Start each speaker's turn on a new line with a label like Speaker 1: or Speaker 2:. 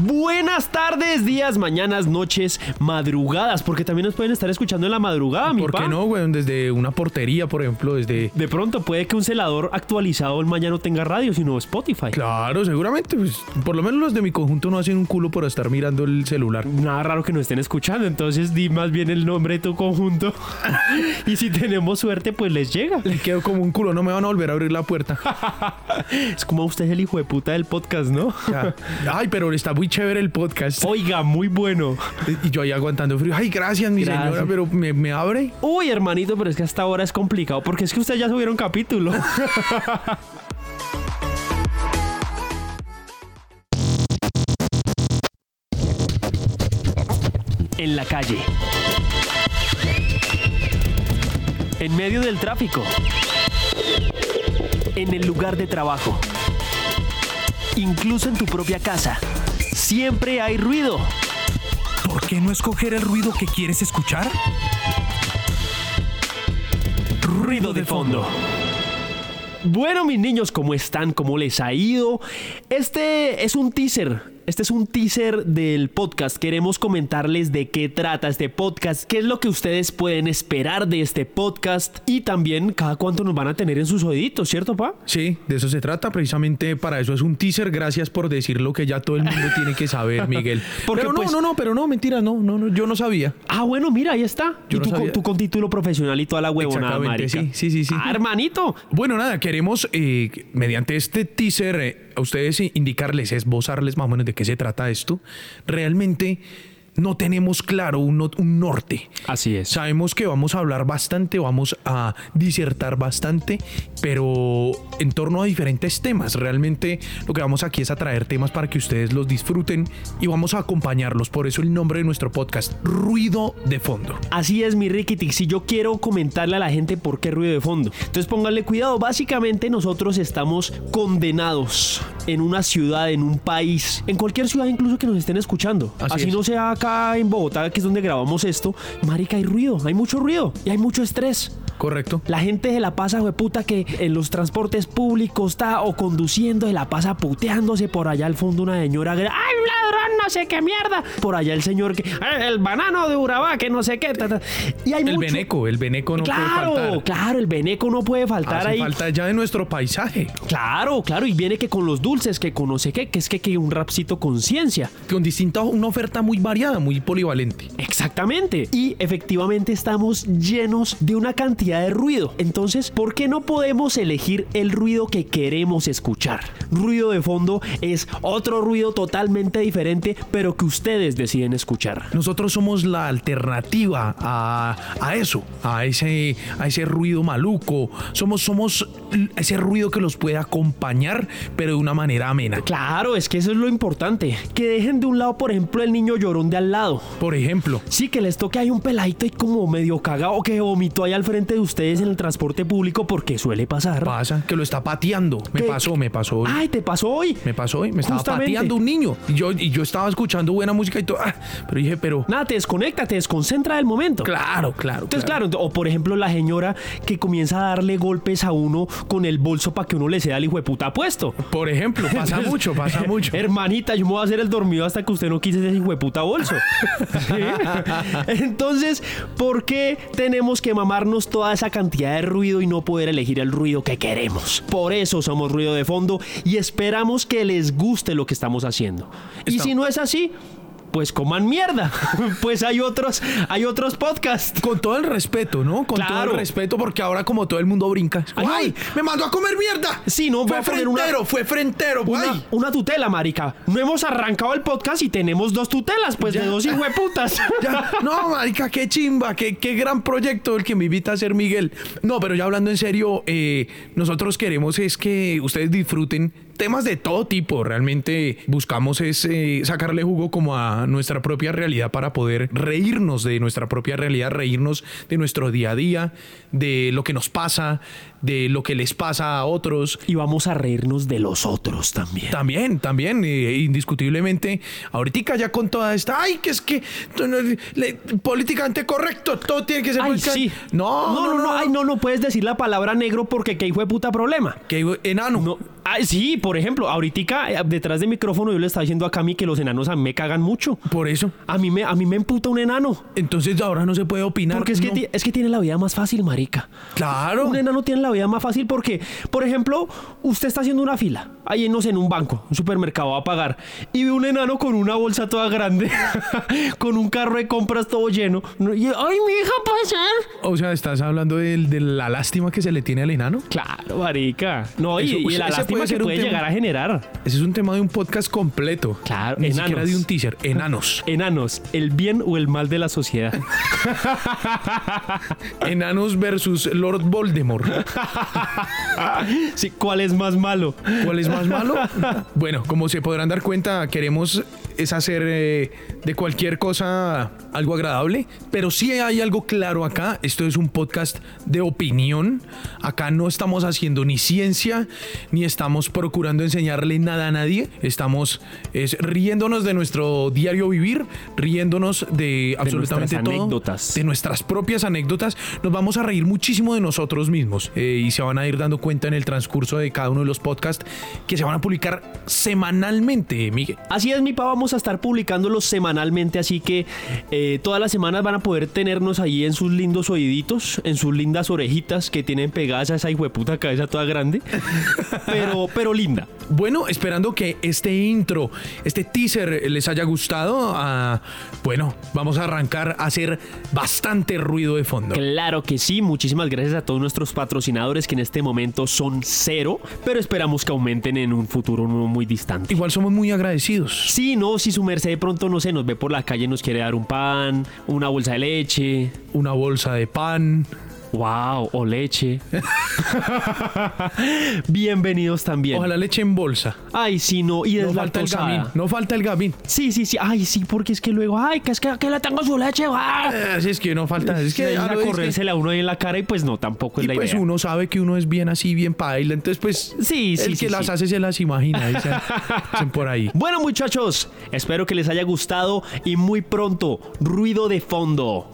Speaker 1: Buenas tardes, días, mañanas, noches, madrugadas, porque también nos pueden estar escuchando en la madrugada, mi
Speaker 2: ¿Por
Speaker 1: pa.
Speaker 2: qué no, weón? Desde una portería, por ejemplo, desde...
Speaker 1: De pronto puede que un celador actualizado el mañana no tenga radio, sino Spotify.
Speaker 2: Claro, seguramente. pues, por lo menos los de mi conjunto no hacen un culo por estar mirando el celular.
Speaker 1: Nada raro que nos estén escuchando, entonces di más bien el nombre de tu conjunto. y si tenemos suerte, pues les llega.
Speaker 2: Le quedo como un culo, no me van a volver a abrir la puerta.
Speaker 1: Es como usted es el hijo de puta del podcast, ¿no?
Speaker 2: Ya. Ay, pero está muy chévere el podcast.
Speaker 1: Oiga, muy bueno.
Speaker 2: Y yo ahí aguantando frío. Ay, gracias, mi
Speaker 1: Gracias.
Speaker 2: señora, pero me, me abre.
Speaker 1: Uy, hermanito, pero es que hasta ahora es complicado porque es que ustedes ya subieron capítulo. en la calle. En medio del tráfico. En el lugar de trabajo. Incluso en tu propia casa. Siempre hay ruido.
Speaker 3: ¿Por qué no escoger el ruido que quieres escuchar?
Speaker 1: Ruido de fondo. Bueno, mis niños, ¿cómo están? ¿Cómo les ha ido? Este es un teaser. Este es un teaser del podcast. Queremos comentarles de qué trata este podcast, qué es lo que ustedes pueden esperar de este podcast y también cada cuánto nos van a tener en sus oíditos, ¿cierto, pa?
Speaker 2: Sí, de eso se trata. Precisamente para eso es un teaser. Gracias por decir lo que ya todo el mundo tiene que saber, Miguel.
Speaker 1: Porque,
Speaker 2: pero no,
Speaker 1: pues-
Speaker 2: no, no, pero no, mentira, no, no, no, yo no sabía.
Speaker 1: Ah, bueno, mira, ahí está.
Speaker 2: Yo
Speaker 1: y
Speaker 2: no
Speaker 1: tú, con,
Speaker 2: sabía.
Speaker 1: tú con título profesional y toda la huevonada,
Speaker 2: Exactamente,
Speaker 1: marica.
Speaker 2: sí, sí, sí, sí.
Speaker 1: Ah, hermanito.
Speaker 2: Bueno, nada, queremos eh, mediante este teaser eh, a ustedes eh, indicarles, esbozarles más o menos de qué se trata esto. Realmente no tenemos claro un, no- un norte.
Speaker 1: Así es.
Speaker 2: Sabemos que vamos a hablar bastante, vamos a disertar bastante, pero en torno a diferentes temas. Realmente lo que vamos aquí es a traer temas para que ustedes los disfruten y vamos a acompañarlos. Por eso el nombre de nuestro podcast, Ruido de Fondo.
Speaker 1: Así es, mi Rikitix. Si yo quiero comentarle a la gente por qué ruido de fondo. Entonces pónganle cuidado. Básicamente nosotros estamos condenados en una ciudad, en un país, en cualquier ciudad incluso que nos estén escuchando.
Speaker 2: Así
Speaker 1: Así,
Speaker 2: es.
Speaker 1: no sea acá en Bogotá, que es donde grabamos esto. Marica, hay ruido, hay mucho ruido y hay mucho estrés.
Speaker 2: ¿Correcto?
Speaker 1: La gente se la pasa, hueputa, que en los transportes públicos está o conduciendo, se la pasa puteándose por allá al fondo una señora. gr- ¡Ay, un ladrón, no sé qué mierda! Por allá el señor que. "Ay, El banano de Urabá, que no sé qué. ta, ta". Y hay
Speaker 2: El
Speaker 1: mucho-
Speaker 2: veneco, el veneco no
Speaker 1: claro,
Speaker 2: puede faltar.
Speaker 1: claro, el veneco no puede faltar
Speaker 2: Hace
Speaker 1: ahí.
Speaker 2: falta ya de nuestro paisaje,
Speaker 1: Claro, claro, y viene que con los dulces, que con no sé qué, que es que, que un rapcito con ciencia.
Speaker 2: con distinta una oferta muy variada, muy polivalente.
Speaker 1: Exactamente. Y efectivamente estamos llenos de una cantidad de ruido. Entonces, ¿por qué no podemos elegir el ruido que queremos escuchar? Ruido de fondo es otro ruido totalmente diferente, pero que ustedes deciden escuchar.
Speaker 2: Nosotros somos la alternativa a, a eso, a ese, a ese ruido maluco. Somos, somos l- ese ruido que los puede acompañar, pero de una manera amena.
Speaker 1: Claro, es que eso es lo importante. Que dejen de un lado, por ejemplo, el niño llorón de al lado.
Speaker 2: Por ejemplo,
Speaker 1: Sí, que les toque hay un peladito y como medio cagado que vomitó ahí al frente de ustedes en el transporte público porque suele pasar.
Speaker 2: pasa que lo está pateando. Me
Speaker 1: ¿Qué?
Speaker 2: pasó, me pasó hoy.
Speaker 1: Ay, te pasó hoy.
Speaker 2: Me pasó hoy, me estaba
Speaker 1: Justamente.
Speaker 2: pateando un niño. Y yo, y yo estaba escuchando buena música y todo. ah, pero dije, pero.
Speaker 1: Nada, te desconecta, te desconcentra del momento.
Speaker 2: Claro, claro.
Speaker 1: Entonces, claro, o por ejemplo la señora que comienza a darle golpes a uno con el bolso para que uno le sea el hijo de puta puesto.
Speaker 2: Por ejemplo, pasa mucho, pasa mucho.
Speaker 1: Hermanita, yo me voy a hacer el dormido hasta que usted no quise ese hijo de puta bolso. ¿Sí? Entonces, ¿por qué tenemos que mamarnos toda esa cantidad de ruido y no poder elegir el ruido que queremos? Por eso somos ruido de fondo y esperamos que les guste lo que estamos haciendo. Y
Speaker 2: Está-
Speaker 1: si no es así, pues coman mierda. pues hay otros, hay otros podcasts.
Speaker 2: Con todo el respeto, ¿no? Con todo
Speaker 1: Claro.
Speaker 2: el respeto, porque ahora como todo el mundo brinca. es como,
Speaker 1: Ay,
Speaker 2: ¡Ay! ¡Me mandó a comer mierda!
Speaker 1: Sí, no, voy
Speaker 2: fue
Speaker 1: a poner una-
Speaker 2: frentero, fue frentero,
Speaker 1: Una,
Speaker 2: ¡ay!
Speaker 1: una tutela, marica. No hemos arrancado el podcast y tenemos dos tutelas, pues
Speaker 2: Ya.
Speaker 1: de dos hijueputas.
Speaker 2: Ya, no, marica, qué chimba, qué, qué gran proyecto el que me invita a hacer Miguel. No, pero ya hablando en serio, eh, nosotros queremos es que ustedes disfruten temas de todo tipo. Realmente buscamos es eh, sacarle jugo como a nuestra propia realidad para poder reírnos de nuestra propia realidad, reírnos de nuestro día a día, de lo que nos pasa, de lo que les pasa a otros.
Speaker 1: Y vamos a reírnos de los otros también.
Speaker 2: También, también, eh, indiscutiblemente. Ahorita ya con toda esta, ay, que es que tú no- le- políticamente correcto, todo tiene que ser
Speaker 1: Ay,
Speaker 2: política-
Speaker 1: sí.
Speaker 2: No,
Speaker 1: no, no, no, ay, no, no puedes decir la palabra negro porque qué hijo de puta problema.
Speaker 2: Que enano.
Speaker 1: No, ay, sí, por ejemplo, ahorita eh, detrás de micrófono yo le estaba diciendo a Cami que los enanos a mí me cagan mucho.
Speaker 2: Por eso.
Speaker 1: A mí me, a mí me emputa un enano.
Speaker 2: Entonces ahora no se puede opinar.
Speaker 1: Porque es que,
Speaker 2: no.
Speaker 1: ti- es que tiene la vida más fácil, marica.
Speaker 2: Claro.
Speaker 1: Un enano tiene la vida más fácil porque, por ejemplo, usted está haciendo una fila, ahí no sé, en un banco, un supermercado va a pagar, y ve un enano con una bolsa toda grande, con un carro de compras todo lleno. no, y, ¡Ay, mi hija, pasar!
Speaker 2: O sea, estás hablando del- de, la lástima que se le tiene al enano.
Speaker 1: Claro, marica. No, y,
Speaker 2: Eso- pues,
Speaker 1: y la
Speaker 2: ese
Speaker 1: lástima
Speaker 2: puede
Speaker 1: que
Speaker 2: ser un
Speaker 1: puede
Speaker 2: tema.
Speaker 1: llegar a generar.
Speaker 2: Ese es un tema de un podcast completo.
Speaker 1: Claro,
Speaker 2: Ni
Speaker 1: enanos.
Speaker 2: siquiera de un teaser. Enanos.
Speaker 1: Enanos, el bien o el mal de la sociedad.
Speaker 2: enanos versus Lord Voldemort.
Speaker 1: sí, ¿Cuál es más malo?
Speaker 2: ¿Cuál es más malo? Bueno, como se podrán dar cuenta, queremos es hacer eh, de cualquier cosa algo agradable, pero sí hay algo claro acá. Esto es un podcast de opinión. Acá no estamos haciendo ni ciencia, ni estamos procurando enseñarle nada a nadie. Estamos es, riéndonos de nuestro diario vivir, riéndonos de absolutamente todo,
Speaker 1: anécdotas.
Speaker 2: de nuestras propias anécdotas, nos vamos a reír muchísimo de nosotros mismos eh, y se van a ir dando cuenta en el transcurso de cada uno de los podcasts que se van a publicar semanalmente, Miguel.
Speaker 1: Así es, mi pa, vamos a estar publicándolos semanalmente, así que eh, todas las semanas van a poder tenernos ahí en sus lindos oíditos, en sus lindas orejitas que tienen pegadas a esa hijueputa cabeza toda grande, pero, pero linda.
Speaker 2: Bueno, esperando que este intro, este teaser les haya gustado, ah, bueno, vamos a arrancar a hacer bastante ruido de fondo.
Speaker 1: Claro que sí, muchísimas gracias a todos nuestros patrocinadores que en este momento son cero, pero esperamos que aumenten en un futuro no muy distante.
Speaker 2: Igual somos muy agradecidos.
Speaker 1: Sí, no, si su merced de pronto, no sé, nos ve por la calle y nos quiere dar un pan, una bolsa de leche,
Speaker 2: Una bolsa de pan.
Speaker 1: wow, o leche. Bienvenidos también.
Speaker 2: Ojalá leche en bolsa.
Speaker 1: Ay, sí, no, y
Speaker 2: No falta el gamín.
Speaker 1: deslactosada.
Speaker 2: No falta el gamín.
Speaker 1: Sí, sí, sí, ay, sí, porque es que luego, ay, que es que, que le tengo su leche, va.
Speaker 2: Eh, Así es que no falta. Es
Speaker 1: Es
Speaker 2: que
Speaker 1: que
Speaker 2: ya
Speaker 1: a
Speaker 2: lo es que-
Speaker 1: corrérsela a uno ahí en la cara y pues no, tampoco es
Speaker 2: y
Speaker 1: la
Speaker 2: pues
Speaker 1: idea.
Speaker 2: uno sabe que uno es bien así, bien paila. Entonces, pues,
Speaker 1: Sí, sí,
Speaker 2: el
Speaker 1: sí,
Speaker 2: que las
Speaker 1: sí.
Speaker 2: hace se las imagina. Dicen, dicen por ahí.
Speaker 1: Bueno, muchachos, espero que les haya gustado y muy pronto, ruido de fondo.